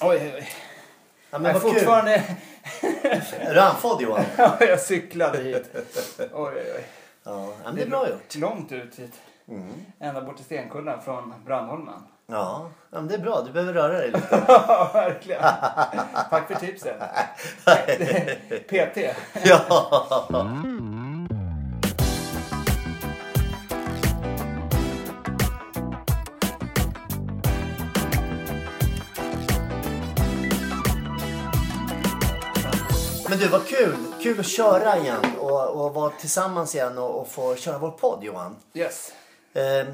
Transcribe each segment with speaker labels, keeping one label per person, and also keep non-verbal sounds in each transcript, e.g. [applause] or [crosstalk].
Speaker 1: Oj, oj.
Speaker 2: Ja,
Speaker 1: Jag
Speaker 2: men
Speaker 1: är
Speaker 2: vad kul.
Speaker 1: fortfarande... [laughs]
Speaker 2: Är du andfådd [laughs] Johan?
Speaker 1: Ja, jag cyklade
Speaker 2: [laughs]
Speaker 1: hit. Oj, oj, oj.
Speaker 2: Ja, ja, men det är bra gjort.
Speaker 1: Långt ut hit.
Speaker 2: Mm.
Speaker 1: Ända bort till Stenkullen från
Speaker 2: [laughs]
Speaker 1: Brandholmen.
Speaker 2: Ja, ja men det är bra. Du behöver röra dig lite.
Speaker 1: Ja, verkligen. Tack för
Speaker 2: [laughs]
Speaker 1: tipset. PT.
Speaker 2: Ja. Men du, vad kul! Kul att köra igen och, och vara tillsammans igen och, och få köra vår podd, Johan.
Speaker 1: Yes.
Speaker 2: Ehm,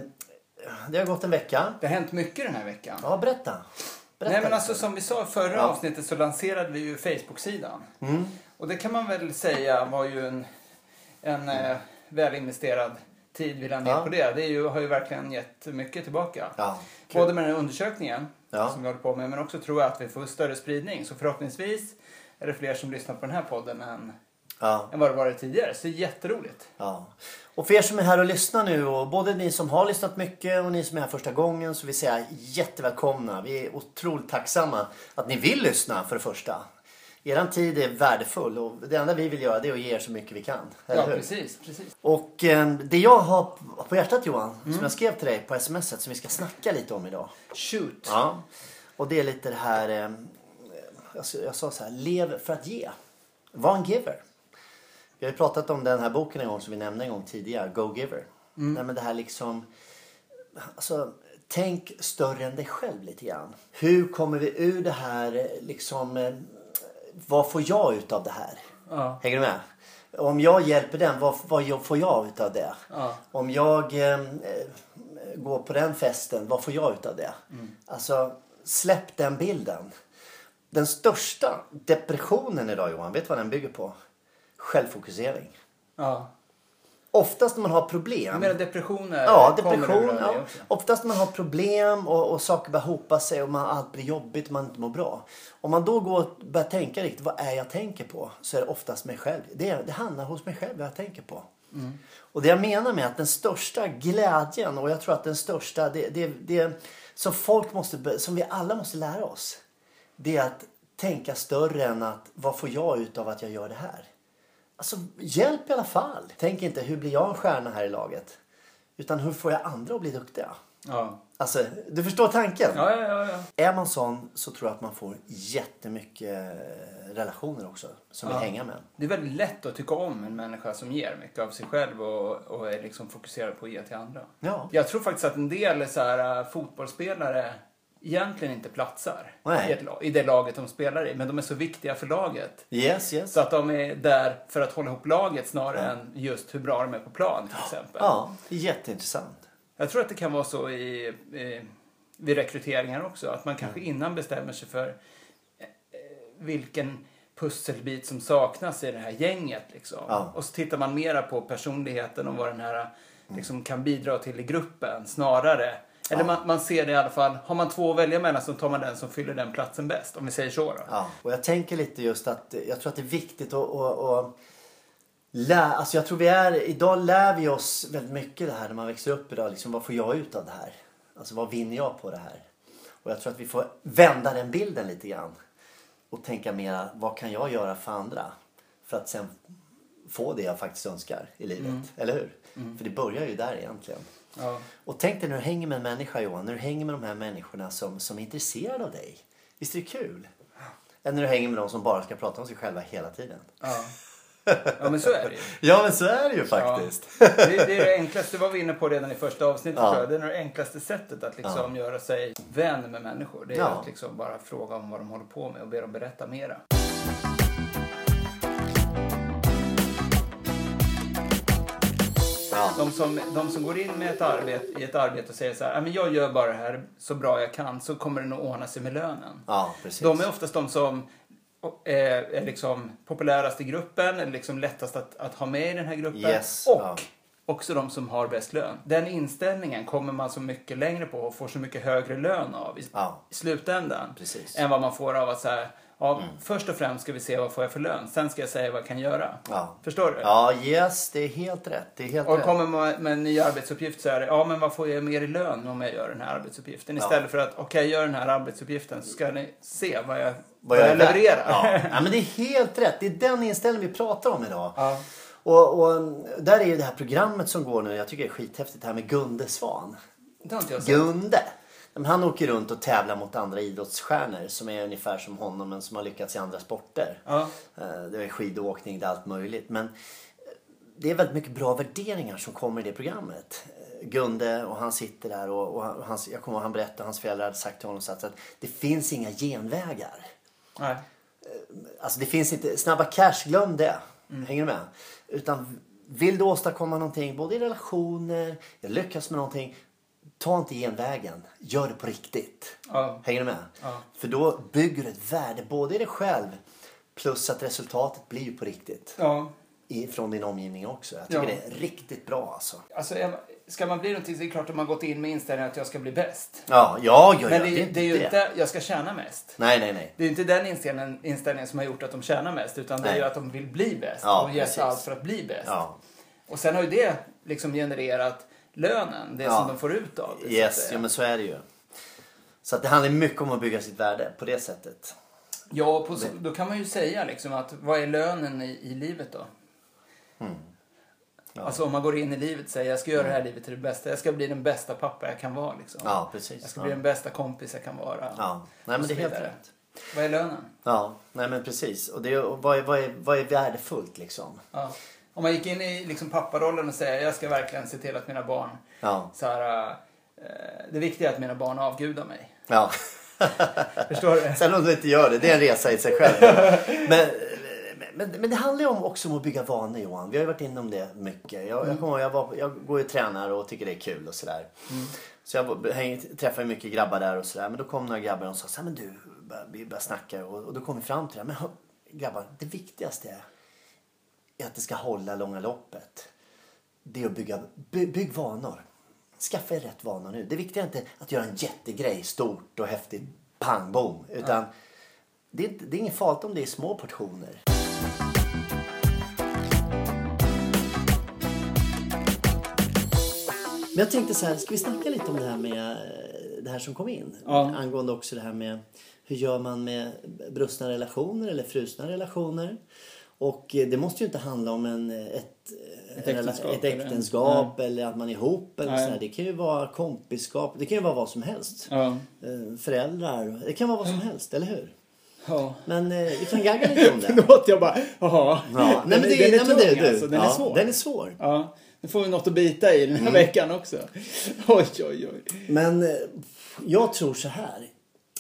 Speaker 2: det har gått en vecka.
Speaker 1: Det har hänt mycket den här veckan.
Speaker 2: Ja, berätta. berätta.
Speaker 1: Nej, men alltså, som vi sa i förra
Speaker 2: Ja.
Speaker 1: avsnittet så lanserade vi ju Facebook-sidan.
Speaker 2: Mm.
Speaker 1: Och det kan man väl säga var ju en, en eh, välinvesterad tid vi la ner
Speaker 2: Mm. Ja.
Speaker 1: på det. Det är ju, har ju verkligen gett mycket tillbaka.
Speaker 2: Ja, kul.
Speaker 1: Både med den här undersökningen
Speaker 2: Ja.
Speaker 1: som vi håller på med men också tror jag att vi får större spridning. Så förhoppningsvis är det fler som lyssnar på den här podden än,
Speaker 2: Ja.
Speaker 1: än vad det varit tidigare. Så det är jätteroligt.
Speaker 2: Ja. Och för er som är här och lyssnar nu, och både ni som har lyssnat mycket och ni som är här första gången, så vill säga jättevälkomna. Vi är otroligt tacksamma att ni vill lyssna för det första. Er tid är värdefull och det enda vi vill göra det är att ge er så mycket vi kan. Eller
Speaker 1: ja,
Speaker 2: hur?
Speaker 1: precis, precis.
Speaker 2: Och eh, det jag har på hjärtat Johan, som jag skrev till dig på smset som vi ska snacka lite om idag.
Speaker 1: Shoot.
Speaker 2: Ja. Och det är lite det här, eh, jag sa- jag sa så här, lev för att ge. Var en giver. Vi har ju pratat om den här boken en gång som vi nämnde en gång tidigare, Go Giver. Nej, men det här liksom, alltså, tänk större än dig själv lite grann. Hur kommer vi ur det här, eh, liksom, eh, vad får jag ut av det här?
Speaker 1: Ja.
Speaker 2: Hänger du med? Om jag hjälper den, vad, vad jag- får jag ut av det?
Speaker 1: Ja.
Speaker 2: Om jag eh, eh, går på den festen, vad får jag ut av det?
Speaker 1: Mm.
Speaker 2: Alltså, släpp den bilden. Den största depressionen idag Johan, vet du vad den bygger på? Självfokusering.
Speaker 1: ja.
Speaker 2: Oftast när man har
Speaker 1: Jag
Speaker 2: problem.
Speaker 1: menar depressioner
Speaker 2: Ja,
Speaker 1: kommer ur
Speaker 2: depression.
Speaker 1: det
Speaker 2: Ja.
Speaker 1: också.
Speaker 2: Oftast när man har problem och, och saker börjar hopa sig och man, allt blir jobbigt och man inte mår bra. Om man då går och börjar tänka riktigt, vad är jag tänker på? Så är det oftast mig själv. Det, det handlar hos mig själv vad jag tänker på. Och det jag menar med att den största glädjen och jag tror att den största, det, det, det som folk måste, bör- som vi alla måste lära oss. Det är att tänka större än att vad får jag ut av att jag gör det här? Alltså hjälp i alla fall. Tänk inte hur blir jag en stjärna här i laget? Utan hur får jag andra att bli duktiga?
Speaker 1: Ja.
Speaker 2: Alltså, du förstår tanken?
Speaker 1: Ja, ja, ja, ja.
Speaker 2: Är man sån så tror jag att man får jättemycket eh, relationer också som
Speaker 1: Ja.
Speaker 2: vill hänga med en.
Speaker 1: Det är väldigt lätt att tycka om en människa som ger mycket av sig själv och, och är liksom fokuserad på att ge till andra.
Speaker 2: Ja.
Speaker 1: Jag tror faktiskt att en del är så här, äh, fotbollsspelare egentligen inte platsar
Speaker 2: Nej.
Speaker 1: i, ett, la- i det laget de spelar i. Men de är så viktiga för laget.
Speaker 2: Yes, yes.
Speaker 1: Så att de är där för att hålla ihop laget snarare än just hur bra de är på plan till exempel.
Speaker 2: Ja, det är jätteintressant.
Speaker 1: Jag tror att det kan vara så i, i, vid rekryteringar också. Att man kanske
Speaker 2: Mm.
Speaker 1: innan bestämmer sig för eh, eh, vilken pusselbit som saknas i det här gänget. Liksom.
Speaker 2: Ja.
Speaker 1: Och så tittar man mera på personligheten och vad den här
Speaker 2: Mm.
Speaker 1: liksom, kan bidra till i gruppen snarare. Eller man, man ser det i alla fall. Har man två att välja mellan så tar man den som fyller den platsen bäst. Om vi säger så då.
Speaker 2: Ja. Och jag tänker lite just att eh, jag tror att det är viktigt att, att, att lä, alltså jag tror vi är, idag lär vi oss väldigt mycket det här när man växer upp idag. Liksom, vad får jag ut av det här? Alltså vad vinner jag på det här? Och jag tror att vi får vända den bilden lite grann. Och tänka mera, vad kan jag göra för andra? För att sen få det jag faktiskt önskar i livet. Eller hur? För det börjar ju där egentligen.
Speaker 1: Ja.
Speaker 2: Och tänk dig när du hänger med en människa Johan, när du hänger med de här människorna som, som är intresserade av dig. Visst är det kul? Än när du hänger med de som bara ska prata om sig själva hela tiden.
Speaker 1: Ja. ja, men så är det ju.
Speaker 2: Ja men så är det ju
Speaker 1: Ja.
Speaker 2: faktiskt.
Speaker 1: Det, det är det enklaste, det var vi inne på redan i första avsnittet
Speaker 2: Ja.
Speaker 1: tror jag. Det är nog det enklaste sättet att liksom göra sig vän med människor. Det är
Speaker 2: Ja.
Speaker 1: att liksom bara fråga om vad de håller på med och be dem berätta mera.
Speaker 2: Ja.
Speaker 1: De som, de som går in med ett arbete, i ett arbete och säger så här, "Ja, men jag gör bara det här så bra jag kan så kommer det nog ordna sig med lönen.
Speaker 2: Ja, precis.
Speaker 1: De är oftast de som eh, är liksom populärast i gruppen, eller liksom lättast att, att ha med i den här gruppen.
Speaker 2: Yes,
Speaker 1: och
Speaker 2: ja.
Speaker 1: också de som har bäst lön. Den inställningen kommer man så mycket längre på och får så mycket högre lön av i,
Speaker 2: Ja.
Speaker 1: i slutändan.
Speaker 2: Precis. Mm.
Speaker 1: Än vad man får av att så här, ja, först och främst ska vi se vad får jag för lön, sen ska jag säga vad jag kan göra.
Speaker 2: Ja.
Speaker 1: Förstår du?
Speaker 2: Ja, yes, det är helt rätt. Det är helt
Speaker 1: Och
Speaker 2: rätt.
Speaker 1: kommer man med en ny arbetsuppgift så är det, ja men vad får jag mer i lön om jag gör den här arbetsuppgiften? Istället för att, okej gör den här arbetsuppgiften så ska ni se vad jag, vad jag,
Speaker 2: är värd.
Speaker 1: levererar.
Speaker 2: Ja. ja, men det är helt rätt. Det är den inställningen vi pratar om idag.
Speaker 1: [laughs] Ja.
Speaker 2: Och, och um, där är ju det här programmet som går nu, jag tycker det är skithäftigt, det här med Gunde Svan.
Speaker 1: Det har inte jag sett.
Speaker 2: Gunde! Nej, men Han åker runt och tävlar mot andra idrottsstjärnor som är ungefär som honom men som har lyckats i andra sporter.
Speaker 1: Ja.
Speaker 2: Eh, Det är skidåkning, det är allt möjligt. Men eh, det är väldigt mycket bra värderingar som kommer i det programmet. Eh, Gunde och han sitter där och, och han- och hans, jag kommer ihåg han berättade hans föräldrar hade sagt till honom så att, att det finns inga genvägar.
Speaker 1: Nej.
Speaker 2: Alltså det finns inte, snabba cash, glöm det.
Speaker 1: Mm.
Speaker 2: Hänger du med? Utan vill du åstadkomma någonting, både i relationer, lyckas med någonting. Ta inte genvägen, gör det på riktigt.
Speaker 1: Ja.
Speaker 2: Hänger du med?
Speaker 1: Ja.
Speaker 2: För då bygger du ett värde, både i dig själv, plus att resultatet blir ju på riktigt.
Speaker 1: Ja.
Speaker 2: I, från din omgivning också. Jag tycker
Speaker 1: Ja.
Speaker 2: det är riktigt bra alltså.
Speaker 1: Alltså, är man- ska man bli någonting så är det klart att man gått in med inställningen att jag ska bli bäst.
Speaker 2: Ja, ja, ja.
Speaker 1: Men
Speaker 2: ja,
Speaker 1: det, är- det är ju inte, jag ska tjäna mest.
Speaker 2: Nej, nej, nej.
Speaker 1: Det är ju inte den inställningen, inställningen som har gjort att de tjänar mest, utan det är
Speaker 2: Nej.
Speaker 1: ju att de vill bli bäst.
Speaker 2: Ja,
Speaker 1: de ger sig
Speaker 2: precis.
Speaker 1: allt för att bli bäst.
Speaker 2: Ja.
Speaker 1: Och sen har ju det liksom genererat lönen, det
Speaker 2: Ja.
Speaker 1: som de får ut av det. så att
Speaker 2: Yes,
Speaker 1: säga.
Speaker 2: ja, men så är det ju. Så att det handlar mycket om att bygga sitt värde på det sättet.
Speaker 1: Ja, och på så, då kan man ju säga liksom att vad är lönen i, i livet då?
Speaker 2: Hmm.
Speaker 1: Alltså om man går in i livet och säger jag ska göra det här livet till det bästa. Jag ska bli den bästa pappa jag kan vara. Liksom.
Speaker 2: Mm. Ja, precis.
Speaker 1: Jag ska
Speaker 2: Ja.
Speaker 1: bli den bästa kompis jag kan vara.
Speaker 2: Ja, nej, men
Speaker 1: Och så
Speaker 2: det är helt
Speaker 1: vidare.
Speaker 2: rätt.
Speaker 1: Vad är lönen?
Speaker 2: Ja, nej men precis. Och, det, och vad, är, vad, är, vad är värdefullt liksom?
Speaker 1: Ja. Om man gick in i liksom papparollen och säger jag ska verkligen se till att mina barn...
Speaker 2: Ja.
Speaker 1: Så här, eh, det viktiga är att mina barn avgudar mig.
Speaker 2: ja. [laughs]
Speaker 1: Förstår du?
Speaker 2: Sen om du inte gör det, det är en resa i sig
Speaker 1: [laughs]
Speaker 2: själv. Men, men, men det handlar ju om också om att bygga vanor Johan. Vi har ju varit inne om det mycket. Jag,
Speaker 1: Mm.
Speaker 2: jag, kommer, ihåg, jag, var, jag går ju och tränar och tycker det är kul och sådär.
Speaker 1: Mm.
Speaker 2: Så jag var- häng, träffar ju mycket grabbar där och sådär. Men då kom några grabbar och sa så här, men du, vi började snacka och, och då kom vi fram till det. här, Men grabbar, det viktigaste är är att det ska hålla långa loppet. Det är att bygga by, bygg vanor. Skaffa er rätt vanor nu. Det viktiga är inte att göra en jättegrej stort och häftigt pang bom. Utan det, är, inte- det är inget farligt om det är små portioner. Men jag tänkte så här, ska vi snacka lite om det här med eh, det här som kom in?
Speaker 1: Ja.
Speaker 2: Angående också det här med hur gör man med brustna relationer eller frusna relationer? Och eh, det måste ju inte handla om en, eh, ett, eh,
Speaker 1: Ett
Speaker 2: en rela-
Speaker 1: äktenskap
Speaker 2: ett
Speaker 1: eller en-
Speaker 2: äktenskap eller att man är ihop. Eller
Speaker 1: Nej.
Speaker 2: så här. Det kan ju vara kompisskap, det kan ju vara vad som helst.
Speaker 1: [laughs] Ja.
Speaker 2: Eh, Föräldrar, det kan vara vad som helst, eller hur?
Speaker 1: ja.
Speaker 2: Men eh, vi kan gagga lite
Speaker 1: [laughs]
Speaker 2: om det.
Speaker 1: Förlåt, jag bara, jaha.
Speaker 2: Ja. Nej, men det,
Speaker 1: den är
Speaker 2: nej, men det,
Speaker 1: tung,
Speaker 2: du.
Speaker 1: alltså. Den
Speaker 2: ja,
Speaker 1: är svår.
Speaker 2: Den är Mm. svår.
Speaker 1: Ja, nu får vi något att bita i den här veckan också.
Speaker 2: [laughs]
Speaker 1: Oj, oj, oj.
Speaker 2: Men eh, jag tror så här.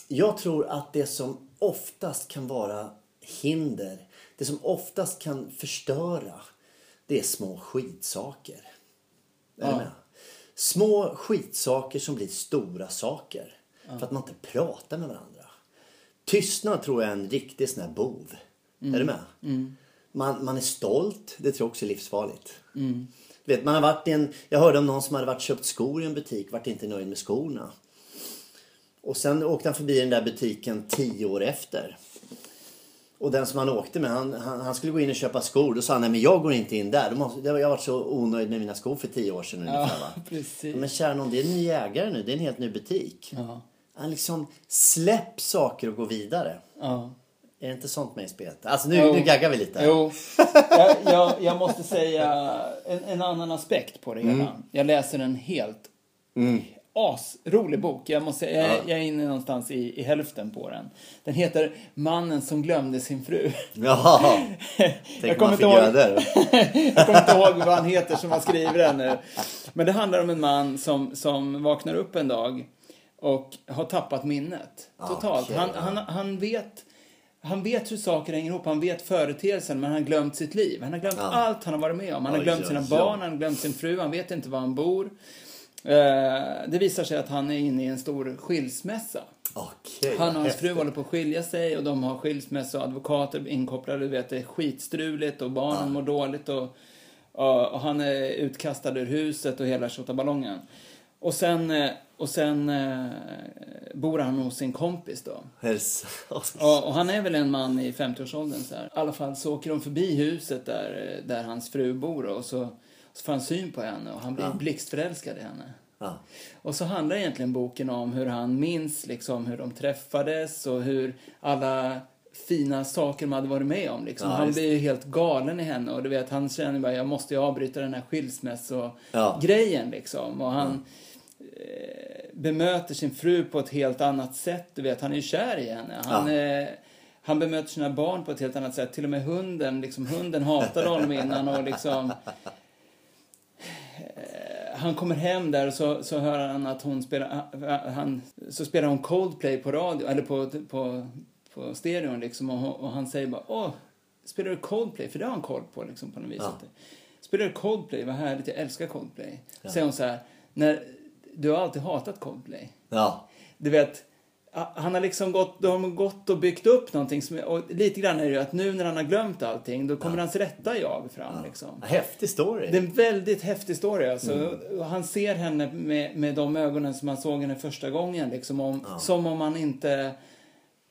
Speaker 2: Jag tror att det som oftast kan vara hinder, det som oftast kan förstöra, det är små skitsaker. Är du med? Små skitsaker som blir stora saker. För att man inte pratar med varandra. Tystnad tror jag är en riktig sån här bov. Är du med? Man, man är stolt, det tror jag också är livsfarligt. Du vet, man har varit i en, jag hörde om någon som hade varit köpt skor i en butik, vart inte nöjd med skorna. Och sen åkte han förbi den där butiken tio år efter. Och den som han åkte med, han, han, han skulle gå in och köpa skor. Då sa han, nej men jag går inte in där. De måste, jag har varit så onöjd med mina skor för tio år sedan ungefär va.
Speaker 1: precis.
Speaker 2: Men kära någon, det är en ny ägare nu. Det är en helt ny butik.
Speaker 1: Ja.
Speaker 2: Han liksom, släpp saker och gå vidare.
Speaker 1: Ja.
Speaker 2: Är det inte sånt med i spelet? Alltså nu,
Speaker 1: Jo.
Speaker 2: nu gaggar vi lite.
Speaker 1: Jo, jag, jag, jag måste säga en, en annan aspekt på det hela.
Speaker 2: Mm.
Speaker 1: Jag läser en helt asrolig bok. Jag, måste, jag, jag är inne någonstans i, i hälften på den. Den heter Mannen som glömde sin fru. [laughs]
Speaker 2: Ja,
Speaker 1: jag
Speaker 2: tänk
Speaker 1: kommer
Speaker 2: om
Speaker 1: inte
Speaker 2: man fick
Speaker 1: ihåg
Speaker 2: göra det. då.
Speaker 1: jag kommer inte ihåg vad han heter som har skrivit den nu. Men det handlar om en man som, som vaknar upp en dag och har tappat minnet. Totalt.
Speaker 2: okej,
Speaker 1: han,
Speaker 2: ja.
Speaker 1: han, han, vet, han vet hur saker hänger ihop, han vet företeelsen men han har glömt sitt liv. Han har glömt allt han har varit med om. Han har
Speaker 2: Oj,
Speaker 1: glömt
Speaker 2: oj,
Speaker 1: sina
Speaker 2: oj.
Speaker 1: barn, han har glömt sin fru, han vet inte var han bor. Eh, Det visar sig att han är inne i en stor skilsmässa.
Speaker 2: Okej.
Speaker 1: Han och hans fru
Speaker 2: häftigt.
Speaker 1: håller på att skilja sig och de har skilsmässa och advokater inkopplade. Du vet, det är skitstruligt och barnen mår dåligt och Ja, Och han är utkastad ur huset och hela tjottaballongen. Och sen, eh, och sen eh, bor han hos sin kompis då.
Speaker 2: Hälsa. [laughs]
Speaker 1: Ja, och han är väl en man i 50-årsåldern så här. I alla fall så åker de förbi huset där, eh, där hans fru bor och så, så får han syn på henne och han blir blixtförälskad i henne.
Speaker 2: Ja.
Speaker 1: Och så handlar egentligen boken om hur han minns liksom hur de träffades och hur alla fina saker man hade varit med om. Liksom.
Speaker 2: Ja,
Speaker 1: han
Speaker 2: just
Speaker 1: blir ju helt galen i henne och du vet, han känner bara jag måste ju avbryta den här
Speaker 2: Ja.
Speaker 1: skilsmässogrejen liksom. Och han eh, bemöter sin fru på ett helt annat sätt. Du vet, han är ju kär i henne. Han, eh, han bemöter sina barn på ett helt annat sätt. Till och med hunden, liksom, hunden hatade honom innan och liksom han kommer hem där och så, så hör han att hon spelar, han, så spelar hon Coldplay på radio, eller på, på, på stereon liksom och, hon- och han säger bara åh, spelar du Coldplay? För det har han koll på liksom på något vis.
Speaker 2: Ja.
Speaker 1: Spelar du Coldplay? Vad härligt, jag älskar Coldplay. Säger hon så här, när, du har alltid hatat Coldplay.
Speaker 2: Ja.
Speaker 1: Du vet, a- han har liksom gått, de har gått och byggt upp någonting som, och lite grann är det ju att nu när han har glömt allting, då kommer hans rätta jag fram liksom.
Speaker 2: Häftig story.
Speaker 1: Det är en väldigt häftig story. Alltså. Och Han ser henne med, med de ögonen som han såg henne första gången. Liksom om, Som om han inte...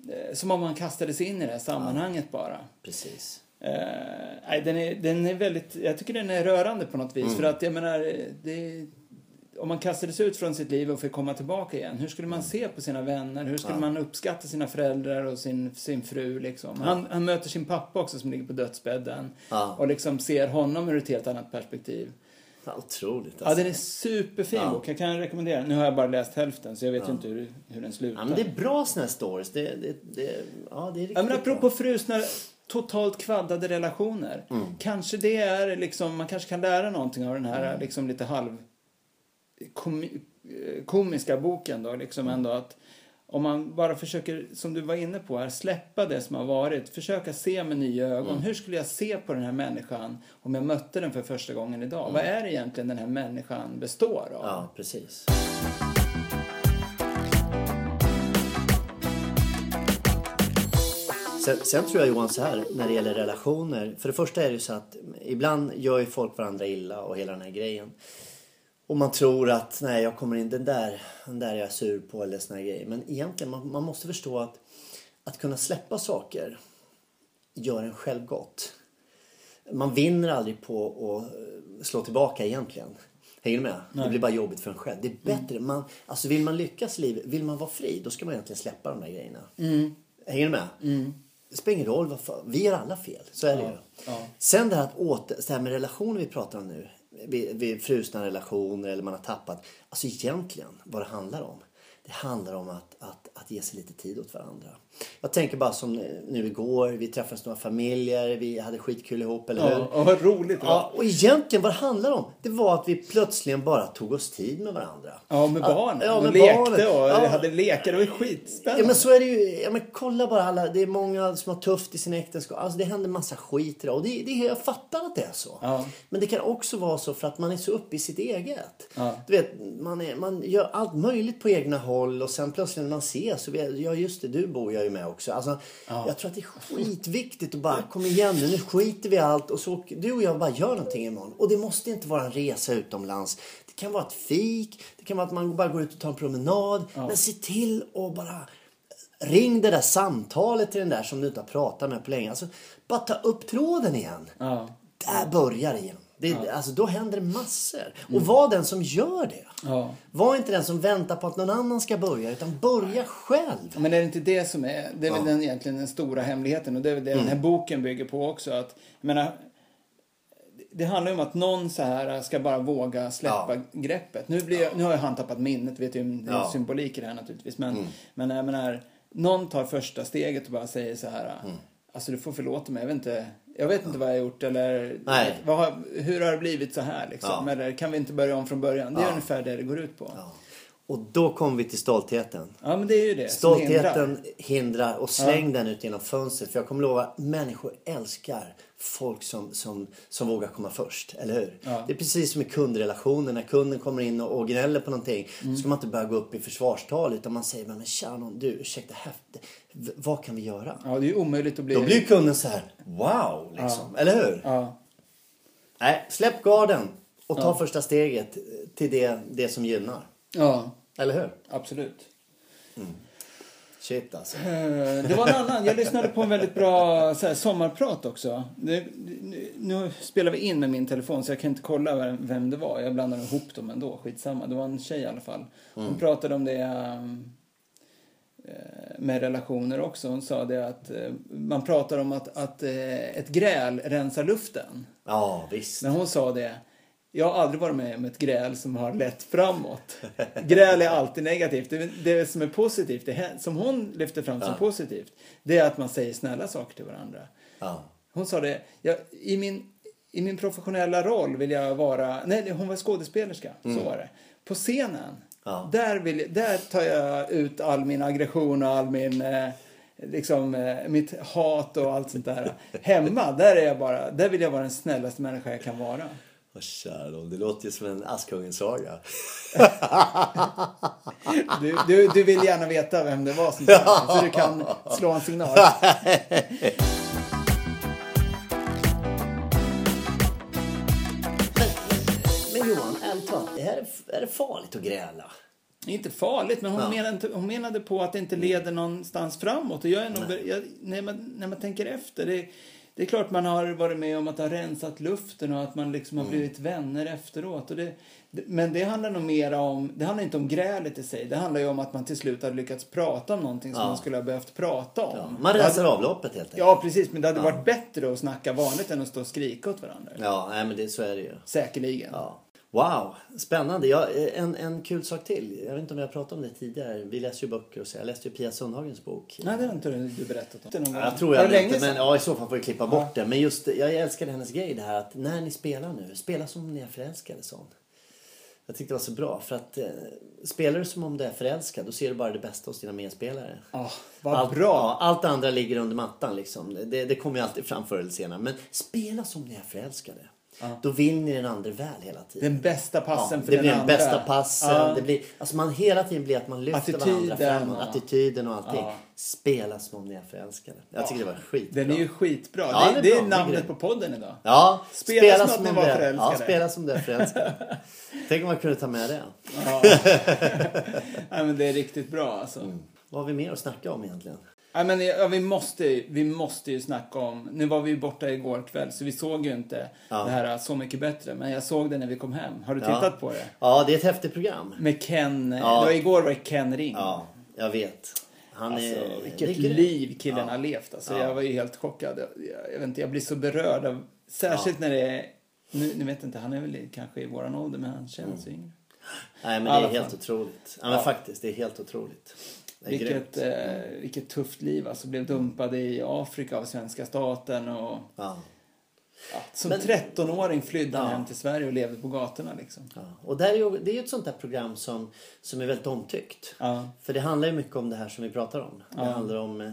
Speaker 1: eh, Som om han kastades in i det här sammanhanget bara.
Speaker 2: Precis.
Speaker 1: Eh, nej, den, är, den är väldigt... Jag tycker den är rörande på något vis. För att jag menar, eh, det, om man kastades ut från sitt liv och fick komma tillbaka igen. Hur skulle man se på sina vänner? Hur skulle man uppskatta sina föräldrar och sin, sin fru? Liksom? Han, han möter sin pappa också som ligger på dödsbädden.
Speaker 2: Ja.
Speaker 1: Och liksom ser honom ur ett helt annat perspektiv.
Speaker 2: Fan, otroligt
Speaker 1: Ja,
Speaker 2: alltså.
Speaker 1: den är superfin
Speaker 2: Ja.
Speaker 1: bok. Jag kan rekommendera den. Nu har jag bara läst hälften så jag vet ju inte hur, hur den slutar.
Speaker 2: Ja, men det är bra såna här stories. Det, det, det, ja, det är riktigt
Speaker 1: Ja, men apropå
Speaker 2: bra.
Speaker 1: frusna, totalt kvaddade relationer.
Speaker 2: Mm.
Speaker 1: Kanske det är liksom, man kanske kan lära någonting av den här
Speaker 2: Mm.
Speaker 1: liksom lite halv kom, eh, komiska boken då, liksom
Speaker 2: Mm.
Speaker 1: ändå att om man bara försöker, som du var inne på här, släppa det som har varit, försöka se med nya ögon.
Speaker 2: Mm.
Speaker 1: Hur skulle jag se på den här människan om jag mötte den för första gången idag? Vad
Speaker 2: Mm.
Speaker 1: är det egentligen den här människan består av?
Speaker 2: Ja, precis. Sen, sen tror jag Johan så här när det gäller relationer. För det första är det ju så att ibland gör ju folk varandra illa och hela den här grejen. Och man tror att nej jag kommer in den där, den där är jag sur på eller såna här grejer. Men egentligen man, man måste förstå att att kunna släppa saker gör en själv gott. Man vinner aldrig på att eh, slå tillbaka egentligen. Hänger du med? Det blir bara jobbigt för en själv. Det
Speaker 1: Mm.
Speaker 2: är bättre. Man, alltså vill man lyckas i livet, vill man vara fri, då ska man egentligen släppa de där grejerna.
Speaker 1: Mm.
Speaker 2: Hänger du med? Det spelar ingen roll. vad fan- Vi gör alla fel. Så är det ju.
Speaker 1: ja.
Speaker 2: Sen det här, att åter, det här med relationer vi pratar om nu. Vid, vid frusna relationer eller man har tappat. Alltså egentligen vad det handlar om. Det handlar om att, att, att ge sig lite tid åt varandra. Jag tänker bara som nu igår. Vi träffades några familjer. Vi hade skitkul ihop, eller hur?
Speaker 1: Ja, och vad roligt det var.
Speaker 2: Ja, och egentligen vad det handlar om, det var att vi plötsligen bara tog oss tid med varandra.
Speaker 1: Ja, med barnen.
Speaker 2: Ja,
Speaker 1: de
Speaker 2: med
Speaker 1: lekte
Speaker 2: barnen.
Speaker 1: och
Speaker 2: Ja.
Speaker 1: hade lekar. Det var skitspännande.
Speaker 2: Ja men så är det ju. Ja, men kolla bara alla. Det är många som har tufft i sina äktenskap. Alltså det händer massa skit idag. Och det, det, jag fattar att det är så.
Speaker 1: Ja.
Speaker 2: Men det kan också vara så för att man är så uppe i sitt eget.
Speaker 1: Ja.
Speaker 2: Du vet, man, är, man gör allt möjligt på egna håll och sen plötsligt när man ses så vet- ja just det, du bor jag ju med också. Alltså, Jag tror att det är skitviktigt att bara kom igen nu, nu skiter vi i allt och så åker- du och jag bara gör någonting imorgon. Och det måste inte vara en resa utomlands. Det kan vara ett fik, det kan vara att man bara går ut och tar en promenad. Men se till att bara Ring det där samtalet till den där som du inte har pratat med på länge. Alltså, bara ta upp tråden igen.
Speaker 1: Ja.
Speaker 2: Där börjar det igen. Det, alltså, då händer det massor. Och var den som gör det.
Speaker 1: Ja.
Speaker 2: Var inte den som väntar på att någon annan ska börja, utan börja själv.
Speaker 1: Men är det inte det som är, det är väl den, egentligen den stora hemligheten och det är väl det den här
Speaker 2: Mm.
Speaker 1: boken bygger på också. Att, jag menar, det handlar ju om att någon så här ska bara våga släppa
Speaker 2: Ja.
Speaker 1: greppet. Nu, blir jag, nu har ju han tappat minnet, vet ju, det är
Speaker 2: Ja. Mm.
Speaker 1: symbolik i det här naturligtvis. Men, men jag menar, någon tar första steget och bara säger så här,
Speaker 2: Mm.
Speaker 1: alltså du får förlåta mig, jag vet inte, jag vet inte vad jag har gjort eller
Speaker 2: Nej.
Speaker 1: vad har, hur har det blivit så här liksom?
Speaker 2: Ja.
Speaker 1: Eller kan vi inte börja om från början? Det är ungefär det det går ut på. Ja,
Speaker 2: Ja. Och då kommer vi till stoltheten.
Speaker 1: men det är ju det som hindrar.
Speaker 2: Stoltheten hindrar och släng den ut genom fönstret. För jag kommer lova, människor älskar folk som, som, som vågar komma först. Eller hur? Det är precis som i kundrelationer. När kunden kommer in och, och gnäller på någonting så ska man inte börja gå upp i försvarstal utan man säger, men tja någon, du ursäkta, här, v- vad kan vi göra?
Speaker 1: Ja, det är ju omöjligt att bli...
Speaker 2: Då blir kunden så här, wow, liksom. Eller hur?
Speaker 1: Ja.
Speaker 2: Nej, släpp garden och ta första steget till det, det som gynnar.
Speaker 1: Ja,
Speaker 2: Eller hur?
Speaker 1: absolut.
Speaker 2: Shit alltså.
Speaker 1: Eh, Det var en annan. Jag lyssnade på en väldigt bra så här, sommarprat också. Nu, nu, nu spelar vi in med min telefon så jag kan inte kolla vem, vem det var. Jag blandade ihop dem ändå. Skitsamma. Det var en tjej i alla fall. Hon pratade om det ehm, eh, med relationer också. Hon sa det att eh, man pratar om att, att eh, ett gräl rensar luften.
Speaker 2: Ja, visst.
Speaker 1: När hon sa det. Jag har aldrig varit med om ett gräl som har lett framåt. [laughs] Gräl är alltid negativt. Det, det som är positivt, det, här- som hon lyfter fram som positivt, det är att man säger snälla saker till varandra.
Speaker 2: Ja.
Speaker 1: Hon sa det, jag, i, min, i min professionella roll vill jag vara, nej hon var skådespelerska, så var det. På scenen,
Speaker 2: Ja.
Speaker 1: där, vill, där tar jag ut all min aggression och all min, eh, liksom, eh, mitt hat och allt sånt där. Hemma, där, är jag bara, där vill jag vara den snällaste människa jag kan vara.
Speaker 2: Åh, kära, det låter ju som en Askungens saga.
Speaker 1: Du, du, du vill gärna veta vem det var som sa det, så du kan slå en signal.
Speaker 2: Men Johan, ärligt talat, är det, är det farligt att gräla?
Speaker 1: Det är inte farligt, men hon,
Speaker 2: Ja.
Speaker 1: menade, inte- hon menade på att det inte leder någonstans framåt. Och jag är nog, jag, när, man, när man tänker efter, det, det är klart man har varit med om att ha rensat luften och att man liksom
Speaker 2: Mm.
Speaker 1: har blivit vänner efteråt. Och det, det- men det handlar nog mera om, det handlar inte om grälet i sig. Det handlar ju om att man till slut har lyckats prata om någonting som
Speaker 2: Ja.
Speaker 1: man skulle ha behövt prata om. Alltså,
Speaker 2: Ja, man rensar avloppet helt enkelt.
Speaker 1: Ja, precis. Men det hade varit bättre att snacka vanligt än att stå och skrika åt varandra.
Speaker 2: Ja, nej, men det, så är det ju.
Speaker 1: Säkerligen.
Speaker 2: Ja. Wow, spännande. Ja, eh, en, en kul sak till. Jag vet inte om jag pratade om det tidigare. Vi läser ju böcker och så. Jag läste ju Pia Sundhagens bok.
Speaker 1: Nej, det har inte du du berättat om. Det är någon gång.
Speaker 2: Jag tror jag
Speaker 1: Var det
Speaker 2: hade
Speaker 1: länge
Speaker 2: inte, men
Speaker 1: sedan?
Speaker 2: ja, i så fall får vi klippa bort det. Men just, det, jag älskar hennes grej det här att när ni spelar nu, spela som om ni är förälskade, sa hon. Jag tyckte det var så bra för att eh, spelar du som om du är förälskad då ser du bara det bästa hos dina medspelare.
Speaker 1: Ja, vad
Speaker 2: allt,
Speaker 1: bra.
Speaker 2: Ja, allt andra ligger under mattan liksom. Det, det kommer ju alltid fram förr eller senare. Men spela som ni är förälskade. Då vill ni den andra väl hela tiden.
Speaker 1: Den bästa passen
Speaker 2: Ja,
Speaker 1: för
Speaker 2: det
Speaker 1: den
Speaker 2: blir den
Speaker 1: andra.
Speaker 2: bästa passen.
Speaker 1: Ja.
Speaker 2: Det blir, alltså man hela tiden blir att man lyfter varandra
Speaker 1: Attityden
Speaker 2: framåt.
Speaker 1: och-
Speaker 2: Attityden och allting.
Speaker 1: Ja.
Speaker 2: Spela som om ni är förälskade. Jag tycker det var skitbra.
Speaker 1: Den är ju skitbra.
Speaker 2: Ja,
Speaker 1: det,
Speaker 2: det
Speaker 1: det är
Speaker 2: är bra. Det är
Speaker 1: namnet på
Speaker 2: grymt.
Speaker 1: podden
Speaker 2: [laughs]
Speaker 1: idag.
Speaker 2: Ja,
Speaker 1: Spela som att ni
Speaker 2: om
Speaker 1: var
Speaker 2: du är-
Speaker 1: förälskade.
Speaker 2: Ja, spela som du är
Speaker 1: [laughs]
Speaker 2: förälskad. Tänk om man kunde ta med det.
Speaker 1: Nej, men det är riktigt bra alltså.
Speaker 2: Vad har vi mer att snacka om egentligen?
Speaker 1: Nej, men, ja, vi, måste, ju- vi måste ju snacka om... Nu var vi ju borta igår kväll så vi såg ju inte det här Så mycket bättre. Men jag såg det när vi kom hem. Har du tittat på det?
Speaker 2: Ja, det är ett häftigt program.
Speaker 1: Med Ken... Det var igår var det Ken Ring.
Speaker 2: Ja, jag vet. Han
Speaker 1: Alltså,
Speaker 2: är...
Speaker 1: vilket
Speaker 2: det är grymt.
Speaker 1: liv killen har levt. Alltså, Jag var ju helt chockad. Jag, jag, jag, vet inte, jag blir så berörd. Av, särskilt när det är... Nu, nu vet jag inte, han är väl i- kanske i våran ålder, men han
Speaker 2: Mm.
Speaker 1: känns ju yngre.
Speaker 2: Nej, men
Speaker 1: I
Speaker 2: det
Speaker 1: alla
Speaker 2: är helt
Speaker 1: fall.
Speaker 2: otroligt. Ja, men faktiskt. Det är helt otroligt. Det är grymt.
Speaker 1: Vilket, eh, vilket tufft liv. Alltså, blev dumpad i Afrika av svenska staten. Och,
Speaker 2: Ja.
Speaker 1: ja, som 13-åring flydde han hem till Sverige och levde på gatorna. Liksom.
Speaker 2: Ja. Och där är ju, det är ju ett sånt där program som, som är väldigt omtyckt.
Speaker 1: Ja.
Speaker 2: För det handlar ju mycket om det här som vi pratar om. Det handlar om eh,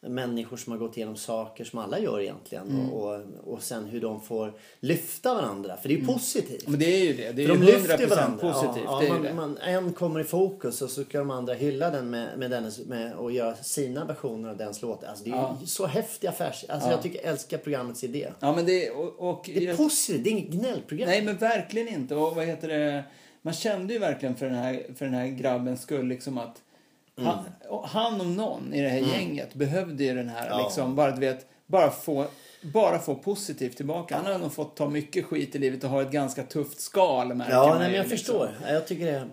Speaker 2: människor som har gått igenom saker som alla gör egentligen.
Speaker 1: Mm.
Speaker 2: Och, och, och sen hur de får lyfta varandra. För det är ju positivt.
Speaker 1: Mm. Men det är ju det. Det är
Speaker 2: För
Speaker 1: ju
Speaker 2: de lyfter
Speaker 1: 100%
Speaker 2: varandra.
Speaker 1: positivt.
Speaker 2: Ja,
Speaker 1: det
Speaker 2: ja,
Speaker 1: är ju
Speaker 2: man,
Speaker 1: det.
Speaker 2: Man, en kommer i fokus och så ska de andra hylla den med, med dennes, med, och göra sina versioner av dens låt. Alltså det är ju så häftig affärs... Alltså jag tycker jag älskar programmets idé.
Speaker 1: ja, men det, och, och,
Speaker 2: Det är positivt, det är inget gnällprogram.
Speaker 1: Nej, men verkligen inte. Och vad heter det? Man kände ju verkligen för den här, för den här grabbens skull liksom att
Speaker 2: Mm.
Speaker 1: han, och han om någon i det här gänget behövde ju den här liksom, bara du vet, bara få, bara få positivt tillbaka. Han har nog fått ta mycket skit i livet och ha ett ganska tufft skal märker
Speaker 2: Ja,
Speaker 1: man
Speaker 2: nej, men
Speaker 1: ju,
Speaker 2: jag
Speaker 1: liksom.
Speaker 2: förstår. Ja, Jag tycker det är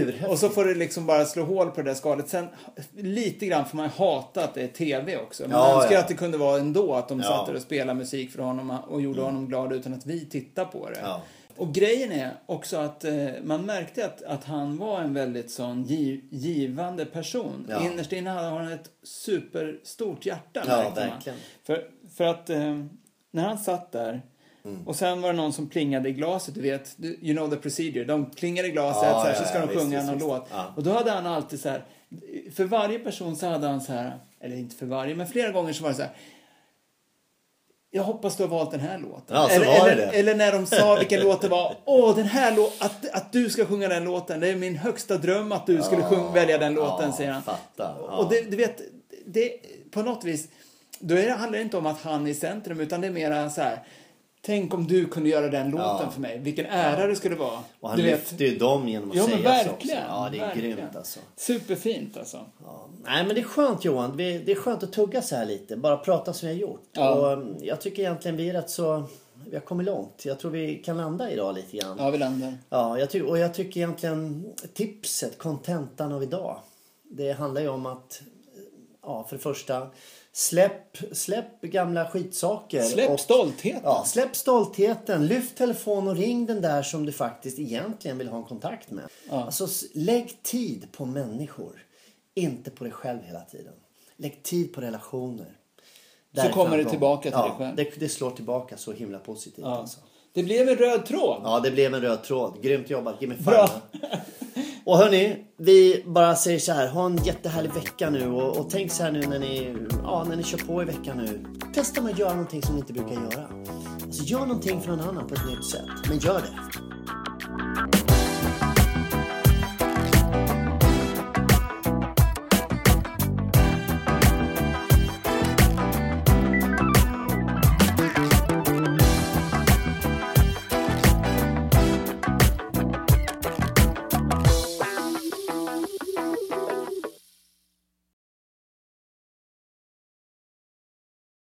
Speaker 2: urhäftigt.
Speaker 1: Och så får det liksom bara slå hål på det där skalet. Sen lite grann får man hata att det är TV också. Man
Speaker 2: Ja,
Speaker 1: önskar
Speaker 2: ja.
Speaker 1: att det kunde vara ändå att de
Speaker 2: Ja. Mm.
Speaker 1: satt där och spelade musik för honom och gjorde honom glad utan att vi tittade på det.
Speaker 2: Ja.
Speaker 1: Och grejen är också att eh, man märkte att, att han var en väldigt sån gi- givande person.
Speaker 2: Ja.
Speaker 1: Innerst inne hade han ett superstort hjärta.
Speaker 2: Ja,
Speaker 1: märkte man.
Speaker 2: verkligen.
Speaker 1: För, för att eh, när han satt där
Speaker 2: Mm.
Speaker 1: och sen var det någon som plingade i glaset, du vet, du- you know the procedure. De klingar i glaset
Speaker 2: Ja,
Speaker 1: så, här, så
Speaker 2: ja,
Speaker 1: ska
Speaker 2: ja,
Speaker 1: de
Speaker 2: visst,
Speaker 1: sjunga
Speaker 2: visst,
Speaker 1: någon
Speaker 2: visst.
Speaker 1: låt.
Speaker 2: Ja.
Speaker 1: Och då hade han alltid så här, för varje person så hade han så här, eller inte för varje, men flera gånger så var det så här. Jag hoppas du har valt den här låten.
Speaker 2: Ja, så
Speaker 1: eller,
Speaker 2: var det
Speaker 1: eller,
Speaker 2: det.
Speaker 1: eller när de sa vilken låt det var. Åh, den här lå- att, att du ska sjunga den låten. Det är min högsta dröm att du skulle sjung- välja den låten,
Speaker 2: ja,
Speaker 1: säger han.
Speaker 2: fattar, ja.
Speaker 1: Och det, du vet, det, på något vis, då är det, handlar det inte om att han är i centrum, utan det är mera så här. Tänk om du kunde göra den låten för mig. Vilken ära det skulle vara.
Speaker 2: Och han
Speaker 1: du
Speaker 2: lyfte ju dem genom att
Speaker 1: Ja
Speaker 2: säga
Speaker 1: men verkligen.
Speaker 2: så också. Ja, det är
Speaker 1: verkligen.
Speaker 2: grymt alltså.
Speaker 1: Superfint alltså.
Speaker 2: Ja. Nej men det är skönt Johan. Vi- Det är skönt att tugga så här lite. Bara prata som vi har gjort.
Speaker 1: Ja.
Speaker 2: Och mm, jag tycker egentligen vi är rätt så... Vi har kommit långt. Jag tror vi kan landa idag lite grann. Ja.
Speaker 1: Ja, vi landar.
Speaker 2: jag ty- och jag tycker egentligen tipset, kontentan av idag. Det handlar ju om att... Ja, för det första. Släpp, släpp gamla skitsaker.
Speaker 1: Släpp
Speaker 2: och-
Speaker 1: stoltheten.
Speaker 2: Ja, släpp stoltheten. Lyft telefon och ring den där som du faktiskt egentligen vill ha en kontakt med. Alltså, s- lägg tid på människor. Inte på dig själv hela tiden. Lägg tid på relationer. Därför
Speaker 1: kommer det
Speaker 2: att-
Speaker 1: tillbaka till
Speaker 2: ja,
Speaker 1: dig själv.
Speaker 2: Det, det slår tillbaka så himla positivt.
Speaker 1: Ja.
Speaker 2: Alltså.
Speaker 1: Det blev en röd tråd.
Speaker 2: Ja, det blev en röd tråd. Grymt jobbat. Give me five.
Speaker 1: Bra.
Speaker 2: [laughs] Och hörni, vi bara säger så här. Ha en jättehärlig vecka nu och, och tänk så här nu när ni, ja, när ni kör på i veckan nu. Testa med att göra någonting som ni inte brukar göra. Alltså gör någonting för någon annan på ett nytt sätt. Men gör det.